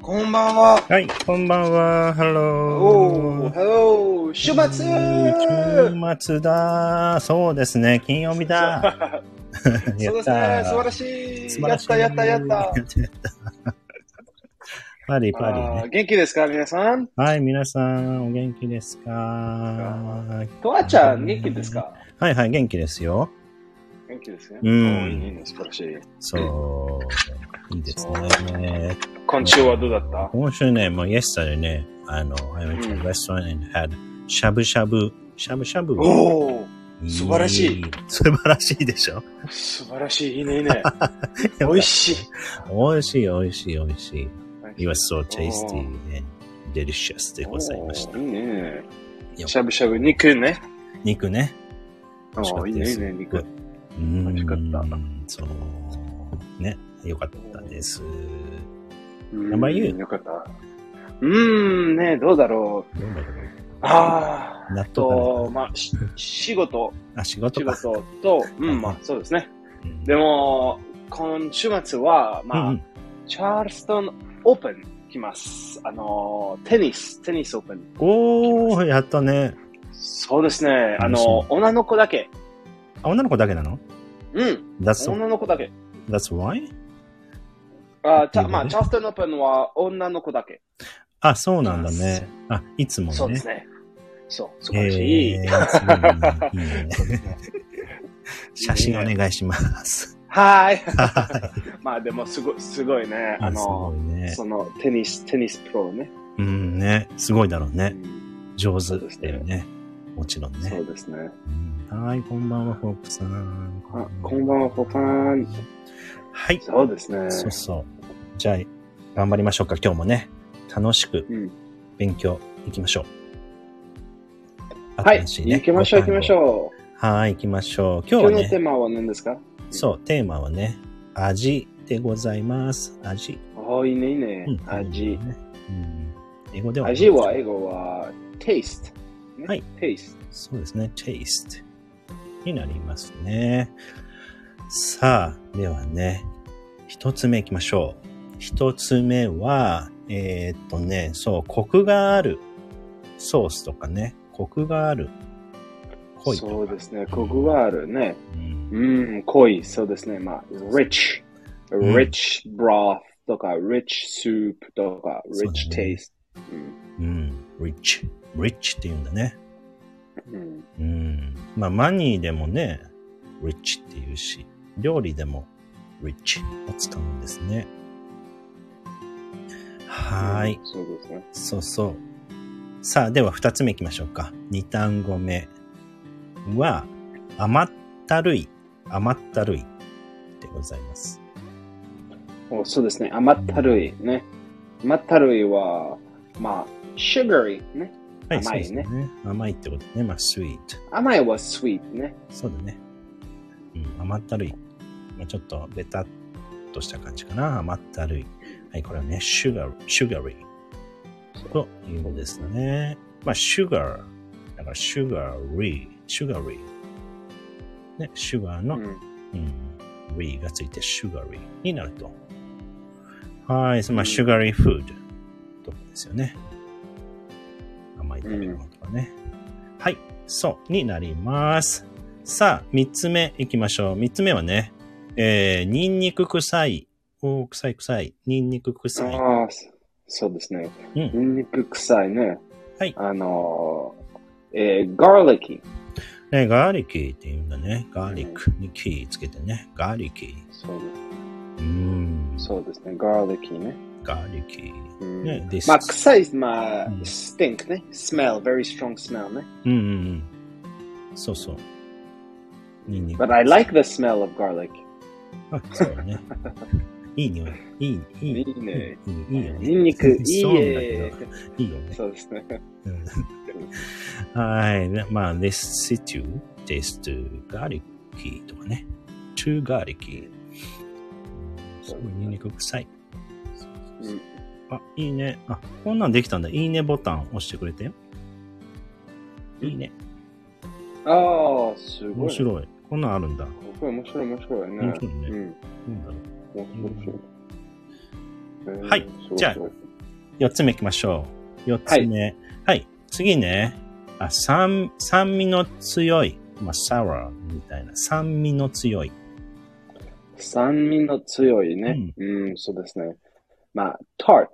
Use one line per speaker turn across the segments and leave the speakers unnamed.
こんばんは。
はい、こんばんは。ハ
お
ロ
ー、ハロー、週末
ー。週末だ。そうですね。金曜日だ。や
そうです
っ
ね、素晴
た
らしい。
素晴
や
ら
っ
しい
たやったやった。
パリパリ
あ
ね
ー。元気ですか、皆さん。
はい、皆さん、お元気ですかは
とわちゃん、元気ですか
いはい、元気ですよ。
元気ですね。
うん
おいいね、素晴らしい。
そう。いいですね。
今週はどうだった
今週ね、もう、イエスタでね、あの、I went to a restaurant and had しゃぶしゃぶ、しゃぶしゃぶ。
おー、素晴らしい
い。素晴らしいでしょ
素晴らしい。いいね、いい ね。美味しい。
美味しい、美味しい、美味しい。It was so tasty and delicious でございました。
おーいいね。
よ
しゃぶしゃぶ、肉ね。
肉ね。
おーいいね、いいね、肉。
うん。
美味しかった
そう。ね。よかったです。
うん
あんまり言う
よかった。うーん、ね、どうだろう。
どうだろ
あ
う
ー、
納豆
と、
かな
まあ、し仕事。
あ、仕事
仕
か。
事と、うん、まあそうですね。でも、今週末は、
うん
まあ、
うん
チャールストンオープン来ます。あの、テニス、テニスオープン。
おー、やったね。
そうですね。あ
楽しみ
の、女の子だけ。
あ、女の子だけなの
うん、
?That's,
女の子だけ。
that's why?
あチ
いい
ャ
ね
まあ、チャールストンオープンは女の子だけ。
あ、そうなんだね。あ、いつもね。
そうですね。 そう、素晴
え
らしい。
ーすごいねいいね写真お願いします。
は ーい。
は
まあでも、すごい、すごいね。 あ
い。すご
の
い、ね。
その、テニス、テニスプロね。
うんね。すごいだろう
う
ね。
ん
上手だよね。もちろん
そ
ね。
うですね。
うんはい、こんばんは、フォークさん。
あこんばんはポパーン
はい。
そうですね。
そうそう。じゃあ、頑張りましょうか、今日もね。楽しく
うん
勉強いきましょう。
はい、
新しね
行きましょう、行きまし
ご飯を
ょう。
はい、行きましょう。今日
今
は
日のテー
ね、
マは何ですか
そう、テーマはね、味でございます。味。
ああ、いいね、いいね
うん。
味。
うん英語では
味は英語は taste。ね
はい。
taste。
そうですね、taste になりますね。さあ、ではね、一つ目いきましょう。一つ目は、えーっとね、そう、コクがあるソースとかね、コクがある濃いとか。
そうですね、コクがあるね。
うん
うん、濃い、そうですね。まあ、rich。
ん
rich broth とか、rich soup とか、
そうだね
rich taste。うん
うん、rich。rich って言うんだね。
うん
うん。まあ、マニーでもね、rich って言うし、料理でも rich を使うんですね。はーい。。
そうですね。
そうそう。さあ、では二つ目行きましょうか。二単語目は、甘ったるい、甘ったるいでございます。
おそうですね、甘ったるいね。甘ったるいは、まあ、sugary ね。
はい、
甘いね
そうですね。甘いってことね。まあ、sweet。
甘いは sweet ね。
そうだね。うん、甘ったるい。まあ、ちょっとベタっとした感じかな。甘ったるい。はい、これはね、sugar、sugary というのですね。まあ、sugar。だから、sugary、sugary。ね、sugar の
うん
うん、we がついて sugary になると。はい、そのまあ sugary food とかですよね。甘い食べ物とかね。はい、そうになります。さあ、三つ目いきましょう。三つ目はね、えー、ニンニク臭い。おー、臭い臭い。ニンニク臭い。
ああ、そそうですね。
う
ニ
ん。
ンニク臭いね。
はい
あのー、えー、ガーリキ。
ね、ガーリキーって言うんだね。ガーリックにキーつけてね。ガーリキー。
そう
うーん。
そうですね、ガーリキね。
ガーリキー。
うん
ね、this
まあ、臭い、まあ
うん、
ステンクね。smell, very strong smell ね。
うんうんうん。そうそう。ニンニク。
But I like the smell of garlic.
あ、そ うだね。いい匂い。いい、い
い
い。
いね。
いいいいよね。
ニンニク、いい
そうなんだ
え
け。ど。いいよね。
そうですね。
うんはい。ねまあ、this situ tastes too garlicky とかね。too garlicky。すごいニンニク臭い。
うん
あ、いいね。あ、こんなんできたんだ。いいねボタン押してくれてよ。いいね。
ああ、すごい。
面白い。こんなんあるんだ。
これ面白い、面白いね。
面白い
うん
ねなんだろう。
面白い面白い。えー
はいじゃあ
すごい
4つ目行きましょう。4つ目。はい。次ね。あ、酸、酸味の強い。まあ、サワーみたいな。酸味の強い。
酸味の強いね。うん、そうですね。まあ、tart。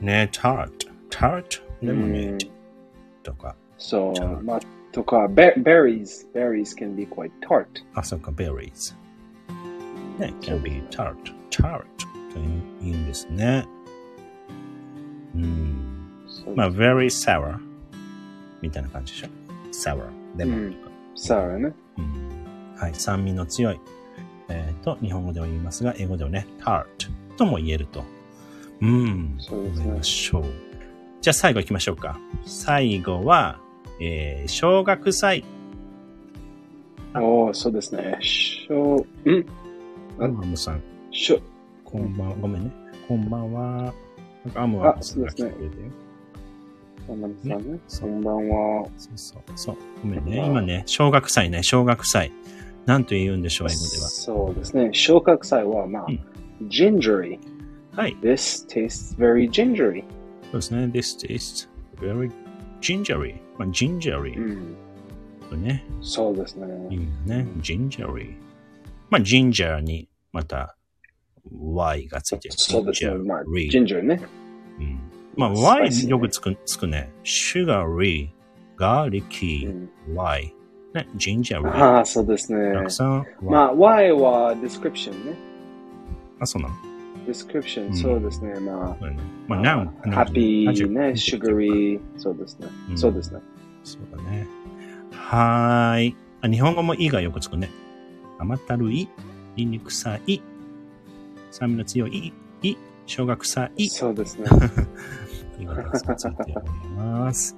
ね、タート。タートレモネード
うん
とか。
So,
Tart.
まあ、とか、ベ berries. Berries can be quite tart.
あ、そうか、berries。ね、
そう
can be tart. tart といいんですね。うん。
そう
まあ、very sour みたいな感じでしょ。sour、レモンとか。
サワーね。
うんはい、酸味の強い、えーと日本語では言いますが、英語ではね、tart とも言えると。うん、
そうですね
思いましょう。じゃあ最後行きましょうか。最後は、えー、小学祭。
おお、そうですね。しょう、んあ
アムさん、
しょ、
こんばんは。ごめんね。こんばんは。なんかアム
あ
は朝から
そうですね
来てくれてる
こんばんはね。
そ
こ
うん
ばんは。
そうそうそう。ごめんね。今ね、小学祭ね、小学祭。なんと言うんでしょう、英語では。
そうですね。昇格祭は、まあ
うん、
gingery.
はい。
This tastes very gingery.
そうですね。This tastes very gingery. まあ、
う
gingery
ん。
とね、
そうです
意
ね。
味がね、gingery。まあ、ginger にまた y がついてる。
そうですね。まあ、
gingery
ginger ね。
うんまあ、
スパ
y
イシーね
よくつくつくね。sugary, ガーリキ
う
ー、
ん
y。ね、gingery。
ああ、そうですね。
たくさん y。
まあ、Y は description ね。
あ、そうなの。う
description、
ん
そうですね。ま
そうだね
あ、
まあ、noun。
happy ね、
ー。
sugary、そうですね。
ん
そうですね。
そうだね。はーい。あ日本語もいがよくつくね。甘ったるい、ニンニク臭い、酸味の強い、い、生姜臭い、
そうです ね。
いがたくさんついております。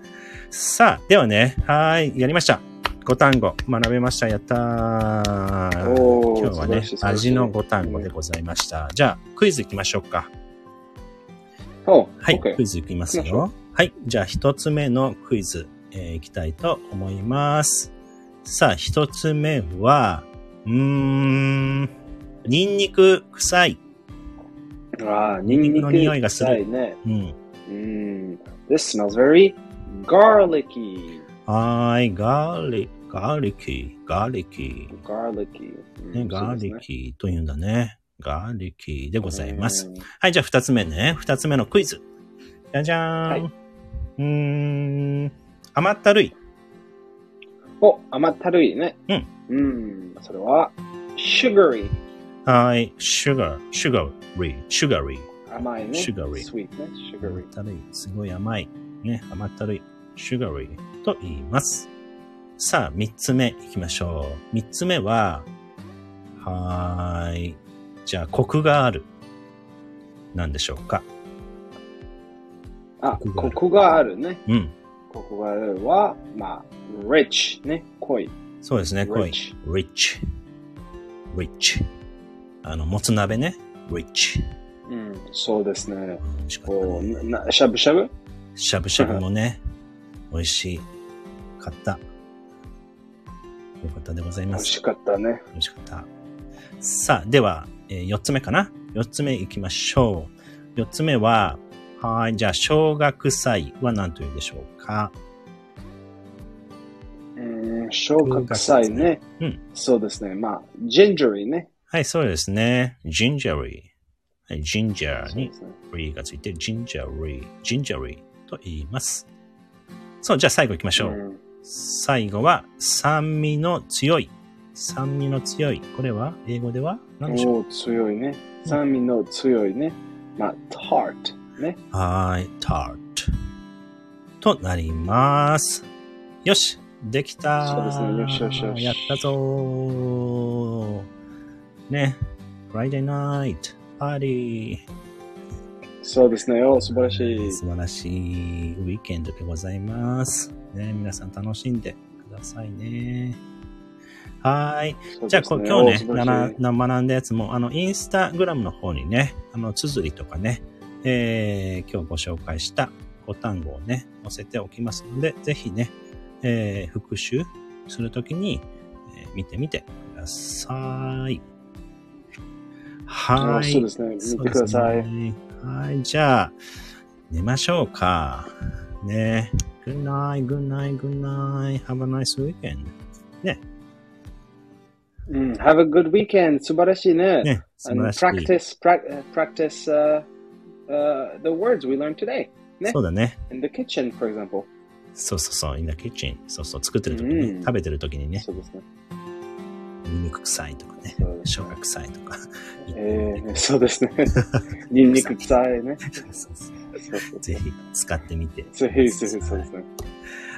さあ、ではね、はーい、やりました。5単語学べました。やったー。
おー
今日は
素晴
ね
らしい素、晴らしい
味の5単語でございました。じゃあ、クイズいきましょうか。
お、
はい、
OK
クイ。ズいきます
行きましょ
よ。はい、じゃあ一つ目のクイズ、えーいきたいと思います。さあ、一つ目は、うーん、ニンニク臭い。
ああ、ニ
ニ
ン
ン
ニク
ニクの匂いがする
臭いね。
うん。
うん。This smells very garlicky.
はーい、ガーリ、ガーリキー、ガーリキ
garlicky.
ー。ね、ガーリキーというんだね。ガーリキーで
ご
ございます。。はい、じゃあ二つ目ね。二つ目のクイズ。じゃじゃーん。
はいう
ーん、甘ったるい。
お、甘ったるいね。
うん。
うん。それは、sugary。
はい、sugar, sugary, sugary.
甘いね。
sugary
sweet ね。
甘っ
sugary。
たるい、すごい甘い、ね、甘ったるい、sugary と言います。さあ、三つ目いきましょう。三つ目は、はーい。じゃあ、コクがある。なんでしょうか。
あ、
コ
コ
ク
クがあるね。
うん。
コクがあるは、まあ、rich ね。濃い。
そうですね、濃い。
rich。
rich。rich。あの、もつ鍋ね。rich。
うん。そうですね。
うん美味しかった
こ
ね。
う、な、なしゃぶしゃぶ
しゃぶしゃぶもね、美味しかった。よかったでござい
美
ま
味
す。
しかったね。
美味しかった。さあ、では、え4つ目かな ?4 つ目いきましょう。4つ目は、はーい、じゃあ、小学祭は何と言うでしょうか
うん、消化臭いね。
うん。
そうですね。まあ、gingery ね。
はい、そうですね。gingery。はい ginger
そう
に
ですね。
r がついて、gingery。gingery と言います。そう、じゃあ最後行きましょう。
うん
最後は、酸味の強い。酸味の強い。これは、英語では何でしょう
おお、強いね。酸味の強いね。まあ、tart ね。
はい、tart となります。よし、できた
そうですねよしよしよし
やったぞーね、Friday night, party。
そうですね。おー素晴らしい。
素晴らしいウィーケンドでございます。ね、皆さん楽しんでくださいね。はい。
そうですね
じゃあ、こ今日ね、
おー素晴ら
な
しい
な学んだやつも、あの、インスタグラムの方にね、あの、綴りとかね、えー、今日ご紹介した5単語をね、載せておきますので、ぜひね、えー、復習するときに、えー見てみてください。
あ
は
ー
い。
そうですね。見てください。
そうですねはい。じゃあ、寝ましょうか。ね。Good night, good night, good night. Have a nice weekend.
うん。Have a good weekend. 素晴らしいね。
ね。素晴
And
らしい。
practice, pra- practice uh, uh, the words we learned today ね
そうだね。
in the kitchen, for example.
そうそうそう。in the kitchen. そうそう。作ってる時に
うん
ね。食べてる時にね。
そうですね。
ニンニク臭いとかね
そう で。すね
生姜臭いとか。
えー、そうです ね。ニンニク臭いね。
そうそう
そうそう
ぜひ使ってみて。
そうですね。そうですね。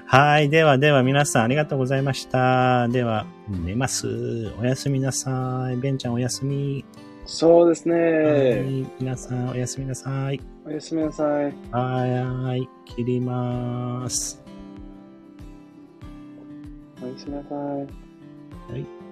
はい。ではでは皆さんありがとうございました。では、寝ます。おやすみなさい。ベンちゃんおやすみ。
そうですね。
はい。皆さんおやすみなさい。
おやすみなさい。
はい。切ります。
おやすみなさい。
はい。